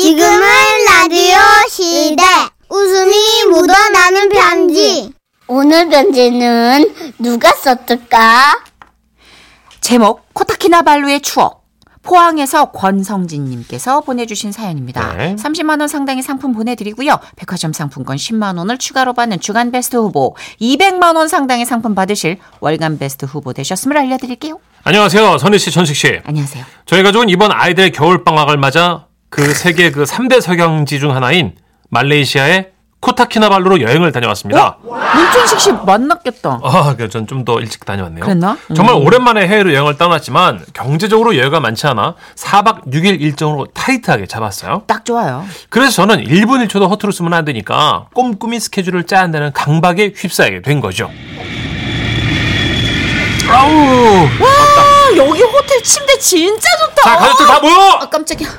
지금은 라디오 시대. 웃음이 묻어나는 편지. 오늘 편지는 누가 썼을까? 제목 코타키나발루의 추억 포항에서 권성진님께서 보내주신 사연입니다. 네. 30만 원 상당의 상품 보내드리고요. 백화점 상품권 10만 원을 추가로 받는 주간 베스트 후보, 200만 원 상당의 상품 받으실 월간 베스트 후보 되셨음을 알려드릴게요. 안녕하세요. 선희 씨, 전식 씨. 안녕하세요. 저희 가족은 이번 아이들의 겨울방학을 맞아 그 세계 그 3대 석양지 중 하나인 말레이시아의 코타키나발루로 여행을 다녀왔습니다. 어? 문준식 씨 만났겠다. 아, 그 전 좀 더 일찍 다녀왔네요. 그랬나? 음. 정말 오랜만에 해외로 여행을 떠났지만 경제적으로 여유가 많지 않아 4박 6일 일정으로 타이트하게 잡았어요. 딱 좋아요. 그래서 저는 1분 1초도 허투루 쓰면 안 되니까 꼼꼼히 스케줄을 짜야 한다는 강박에 휩싸이게 된 거죠. 아우! 아, 여기 호텔 침대 진짜 좋다. 자, 가족들 다 모여! 아, 깜짝이야.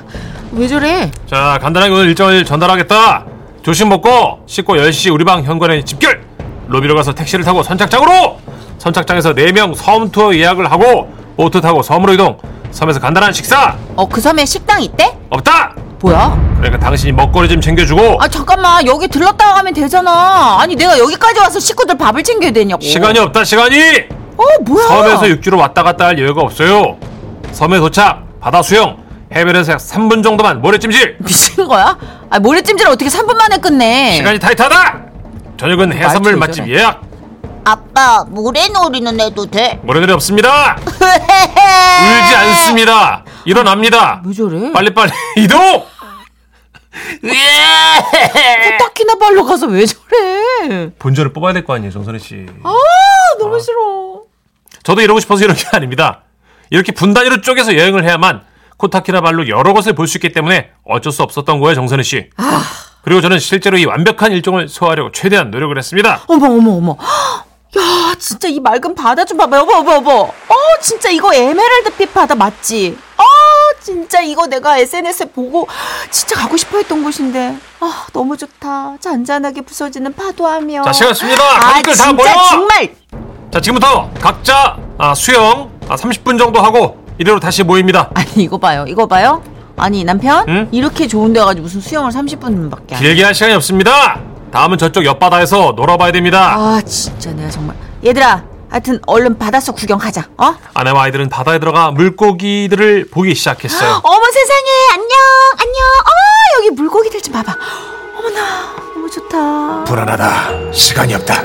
왜 저래? 자, 간단하게 오늘 일정을 전달하겠다. 조심 먹고 씻고 10시 우리 방 현관에 집결. 로비로 가서 택시를 타고 선착장으로. 선착장에서 4명 섬 투어 예약을 하고 보트 타고 섬으로 이동. 섬에서 간단한 식사 어, 그 섬에 식당 있대? 없다. 뭐야? 그러니까 당신이 먹거리 좀 챙겨주고 아, 잠깐만. 여기 들렀다 가면 되잖아. 아니, 내가 여기까지 와서 식구들 밥을 챙겨야 되냐고. 시간이 없다 시간이. 어 뭐야? 섬에서 육지로 왔다 갔다 할 여유가 없어요. 섬에 도착, 바다 수영, 해변에서 약 3분 정도만 모래찜질. 미친 거야? 아 모래찜질 어떻게 3분 만에 끝내? 시간이 타이트하다. 저녁은 해산물 말투 맛집 왜 예약. 아빠 모래놀이는 해도 돼? 모래들이 없습니다. 울지 않습니다. 일어납니다. 왜 저래? 빨리빨리 이동! 음. 예! 코타키나 어, 발로 가서 왜 저래? 본전을 뽑아야 될 거 아니에요, 정선혜 씨. 아 너무 싫어. 저도 이러고 싶어서 이런 게 아닙니다. 이렇게 분단위로 쪼개서 여행을 해야만 코타키나발루 여러 곳을 볼 수 있기 때문에 어쩔 수 없었던 거예요, 정선혜 씨. 아. 그리고 저는 실제로 이 완벽한 일정을 소화하려고 최대한 노력을 했습니다. 어머 어머 어머. 야 진짜 이 맑은 바다 좀 봐봐 여보 여보 여보. 어 진짜 이거 에메랄드빛 바다 맞지? 어 진짜 이거 내가 SNS에 보고 진짜 가고 싶어했던 곳인데 아 너무 좋다. 잔잔하게 부서지는 파도하며. 자, 시간 습니다. 아 가족들 다 진짜 모여! 정말 자, 지금부터 각자 아, 수영 아, 30분 정도 하고 이대로 다시 모입니다. 아니 이거 봐요 이거 봐요 아니 남편 응? 이렇게 좋은 데 가지고 무슨 수영을 30분밖에 안 해. 아. 길게 할 시간이 없습니다. 다음은 저쪽 옆바다에서 놀아봐야 됩니다. 아 진짜 내가 정말 얘들아 하여튼 얼른 바닷속 구경 가자 어? 아내와 아이들은 바다에 들어가 물고기들을 보기 시작했어요. 어머 세상에 안녕 안녕 어머 여기 물고기들 좀 봐봐 어머나 너무 좋다 불안하다. 시간이 없다.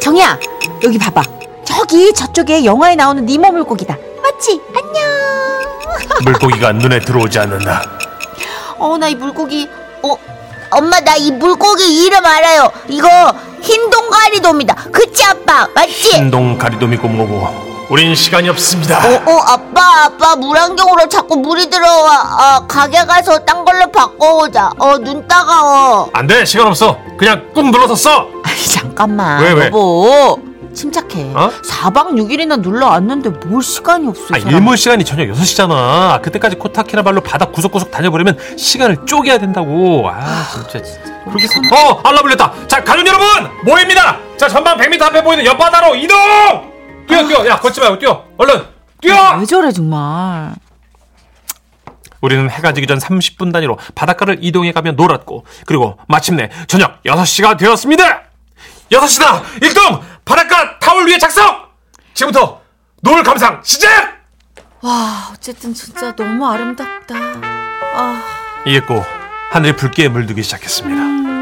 정이야 여기 봐봐 저기 저쪽에 영화에 나오는 니모 물고기다 맞지? 안녕 물고기가 눈에 들어오지 않는다. 어 나 이 물고기 어? 엄마 나 이 물고기 이름 알아요 이거 흰 동가리돔이다 그치 아빠 맞지? 신동 가리돔이고 뭐고. 우린 시간이 없습니다. 어, 어 아빠 아빠 물안경으로 자꾸 물이 들어와 아, 가게 가서 딴 걸로 바꿔오자 어 눈 따가워 안 돼. 시간 없어. 그냥 꾹 눌러서 써. 아니 잠깐만 왜, 왜? 여보 침착해 어? 사 4박 6일이나 눌러앉는데 뭘 시간이 없어 아, 이 사람은. 일몰 시간이 저녁 6시잖아. 그때까지 코타키나발로 바닥 구석구석 다녀버리면 시간을 쪼개야 된다고. 아, 진짜. 그렇게 사... 어, 알람 울렸다. 자, 가족 여러분! 모입니다! 자, 전방 100m 앞에 보이는 옆바다로 이동! 뛰어, 뛰어. 야, 걷지 말고 뛰어. 얼른! 뛰어! 아, 왜 저래 정말 우리는 해가 지기 전 30분 단위로 바닷가를 이동해 가며 놀았고 그리고 마침내 저녁 6시가 되었습니다. 6시다. 일동 바닷가 타올 위에 작성. 지금부터 노을 감상 시작. 와 어쨌든 진짜 너무 아름답다 아 이윽고 하늘이 붉게 물들기 시작했습니다.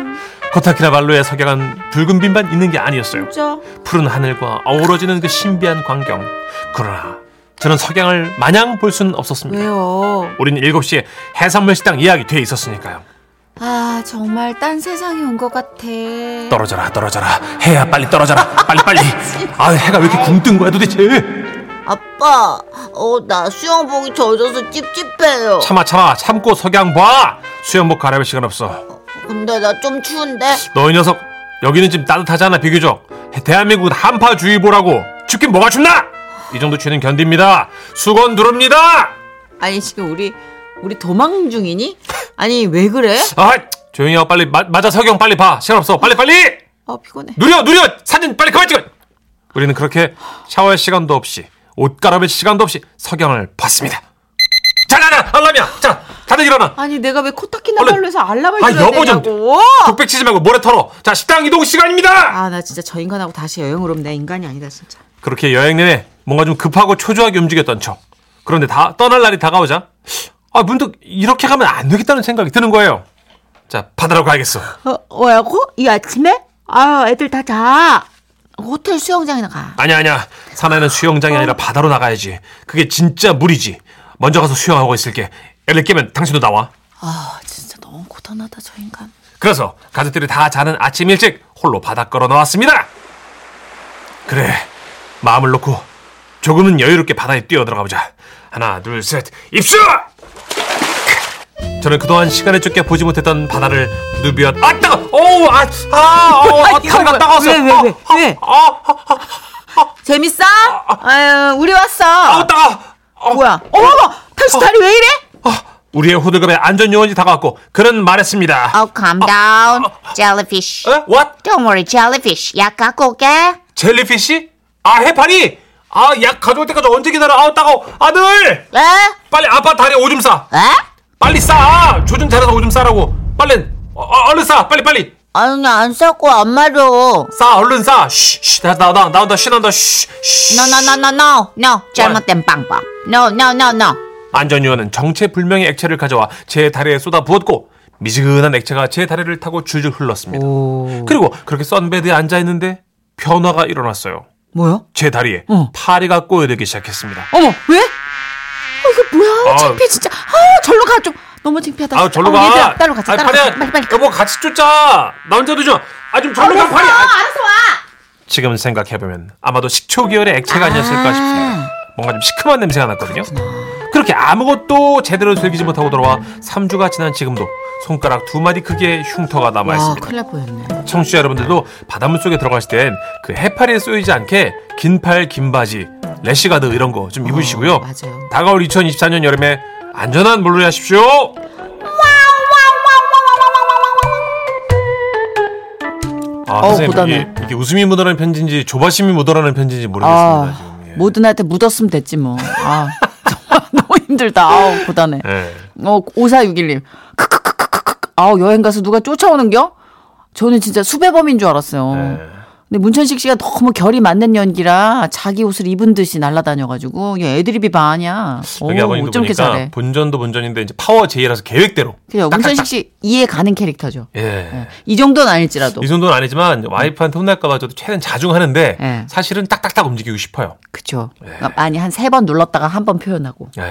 코타키나발루의 석양은 붉은 빛만 있는 게 아니었어요. 진짜 푸른 하늘과 어우러지는 그 신비한 광경. 그러나 저는 석양을 마냥 볼 수는 없었습니다. 왜요 우린 7시에 해산물 식당 예약이 돼 있었으니까요. 아 정말 딴 세상에 온 것 같아 떨어져라 떨어져라 해야 빨리 떨어져라 빨리 빨리 아 해가 왜 이렇게 굶뜬 거야 도대체 아빠 어 나 수영복이 젖어서 찝찝해요 참아 참아 참고 석양 봐 수영복 갈아입을 시간 없어 근데 나 좀 추운데 너 이 녀석 여기는 지금 따뜻하잖아 비교적 대한민국은 한파주의보라고 춥긴 뭐가 춥나 이 정도 추위는 견딥니다 수건 두릅니다 아니 지금 우리 우리 도망 중이니 아니 왜 그래 아 조용히 하고 빨리 마- 맞아 석영 빨리 봐 시간 없어 빨리 빨리 아 피곤해 누려 누려 사진 빨리 그만 찍어 우리는 그렇게 샤워할 시간도 없이 옷 갈아입을 시간도 없이 석양을 봤습니다 자자자 알람이야 자 다들 일어나. 아니 내가 왜 코타키나발루에서 알람을 아니, 들어야 여보 좀- 되냐고. 독백치지 말고 모래 털어. 자 식당 이동 시간입니다. 아 나 진짜 저 인간하고 다시 여행을 오면 내 인간이 아니다 진짜. 그렇게 여행 내내 뭔가 좀 급하고 초조하게 움직였던 척. 그런데 다 떠날 날이 다가오자 아 문득 이렇게 가면 안 되겠다는 생각이 드는 거예요. 자 바다로 가야겠어. 어, 뭐라고? 이 아침에? 아 애들 다 자. 호텔 수영장이나 가. 아니야 아니야 사나이는 수영장이 아니라 바다로 나가야지. 그게 진짜 물이지. 먼저 가서 수영하고 있을게. 애를 깨면 당신도 나와. 아 진짜 너무 고단하다 저 인간. 그래서 가족들이 다 자는 아침 일찍 홀로 바다 걸어 나왔습니다. 그래 마음을 놓고 조금은 여유롭게 바다에 뛰어들어가 보자. 하나 둘 셋 입수! 저는 그동안 시간에 쫓겨 보지 못했던 바다를 누비었 아 따가 어우 아아 아, 어, 이거 탐나 왜, 따가웠어 왜, 왜, 왜, 아, 왜? 아, 아, 아, 재밌어? 아유 우리 왔어. 아 따가 어, 뭐야? 어머머 당신 다리 왜 이래? 아, 우리의 호들갑에 안전 요원이 다가왔고 그는 아. 말했습니다. Oh, calm down, 아, jellyfish. 에? What? Don't worry, jellyfish. 약 갖고 올게. 젤리피쉬? 아 해파리? 아 약 가져올 때까지 언제 기다려? 아우 따가워 아들 에? 빨리 아빠 다리에 오줌 싸 에? 빨리 싸 조준 잘해서 오줌 싸라고 빨리 어, 어, 얼른 싸 빨리 빨리 아니, 안 싸고 안 마려. 싸 얼른 싸쉬쉬 나온다 나온다 쉬난다 쉬쉬 No, no, no, no, no. No, 잘못된 방법. No, no, no, no. 안전요원은 정체불명의 액체를 가져와 제 다리에 쏟아 부었고 미지근한 액체가 제 다리를 타고 줄줄 흘렀습니다 그리고 그렇게 썬베드에 앉아있는데 변화가 일어났어요 뭐야? 제 다리에 어. 파리가 꼬여들기 시작했습니다 어머 왜? 어 이거 뭐야? 아. 창피해 진짜. 아 절로 가 좀. 너무 창피하다. 아 절로 어, 가. 얘들아 따로 가자. 아니, 따로 가자. 파리야, 빨리 빨리. 여보 같이 쫓자. 나 혼자도 좀. 아좀 절로 가 파리. 아. 알았어 와. 지금 생각해보면 아마도 식초기혈의 액체가 아니었을까 싶어요. 뭔가 좀 시큼한 냄새가 났거든요. 그렇게 아무것도 제대로 즐기지 못하고 돌아와 3주가 지난 지금도 손가락 두 마디 크기의 흉터가 남아 와 있습니다. 큰일 날 뻔했네. 청취자 여러분들도 바닷물 속에 들어가실 땐 그 해파리에 쏘이지 않게 긴팔, 긴바지, 래시가드 이런 거 좀 입으시고요. 아, 맞아요. 다가올 2024년 여름에 안전한 물로 하십시오. 아, 어우, 선생님, 고단해. 이게, 이게 웃음이 묻어나는 편지인지 조바심이 묻어나는 편지인지 모르겠습니다. 지금. 예. 아, 모든한테 묻었으면 됐지 뭐. 아 정말 너무 힘들다. 아우 고단해. 예. 어 5461님. 크크크크크크. 아우 여행 가서 누가 쫓아오는겨? 저는 진짜 수배범인 줄 알았어요. 네. 근데 문천식 씨가 너무 결이 맞는 연기라 자기 옷을 입은 듯이 날아다녀가지고 얘 애드립이 반이야. 오, 여기 아버님도 어쩜 이렇게 보니까 잘해. 본전도 본전인데 이제 파워 제이라서 계획대로. 그냥 문천식 네, 씨 이해 가는 캐릭터죠. 예. 이 정도는 아닐지라도. 이 정도는 아니지만 와이프한테 혼날까봐 저도 최대한 자중하는데 예. 사실은 딱딱딱 움직이고 싶어요. 그쵸. 네. 그러니까 많이 한 세 번 눌렀다가 한 번 표현하고. 예.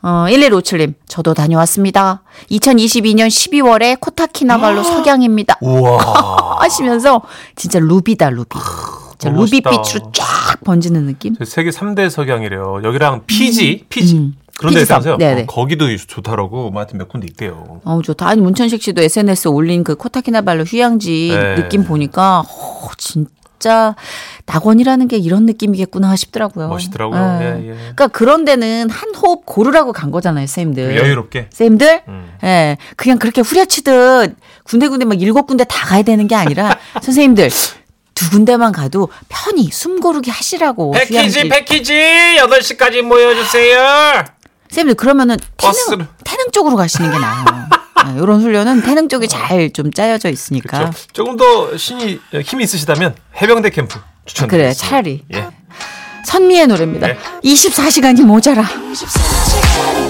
어, 1157님, 저도 다녀왔습니다. 2022년 12월에 아. 코타키나발루 석양입니다. 우와. 하시면서 진짜 루비다, 루비. 진짜 너무 루비 아, 멋있다. 빛으로 쫙 번지는 느낌? 저 세계 3대 석양이래요. 여기랑 피지, 피지. 그런 데 음. 피지섬. 있다면서요? 네네. 어, 거기도 좋다라고 뭐 하여튼 몇 군데 있대요. 어우, 좋다. 아니, 문천식 씨도 SNS에 올린 그 코타키나발루 휴양지 네. 느낌 보니까, 어, 진짜 낙원이라는 게 이런 느낌이겠구나 싶더라고요. 멋있더라고요. 예. 예, 예. 그러니까 그런 데는 한 호흡 고르라고 간 거잖아요, 쌤들. 그뭐 여유롭게. 음. 쌤들, 예, 그냥 그렇게 후려치듯 군데군데 막 일곱 군데 다 가야 되는 게 아니라 선생님들 두 군데만 가도 편히 숨 고르게 하시라고. 휴양지. 패키지! 8시까지 모여주세요! 쌤들 그러면은 버스로. 태능, 태능 쪽으로 가시는 게 나아요. 예, 이런 훈련은 태능 쪽이 잘 좀 짜여져 있으니까. 그렇죠. 조금 더 신이, 힘이 있으시다면 해병대 캠프 추천. 그래, 차라리. 예. 선미의 노래입니다. 네. 24시간이 모자라. 24시간이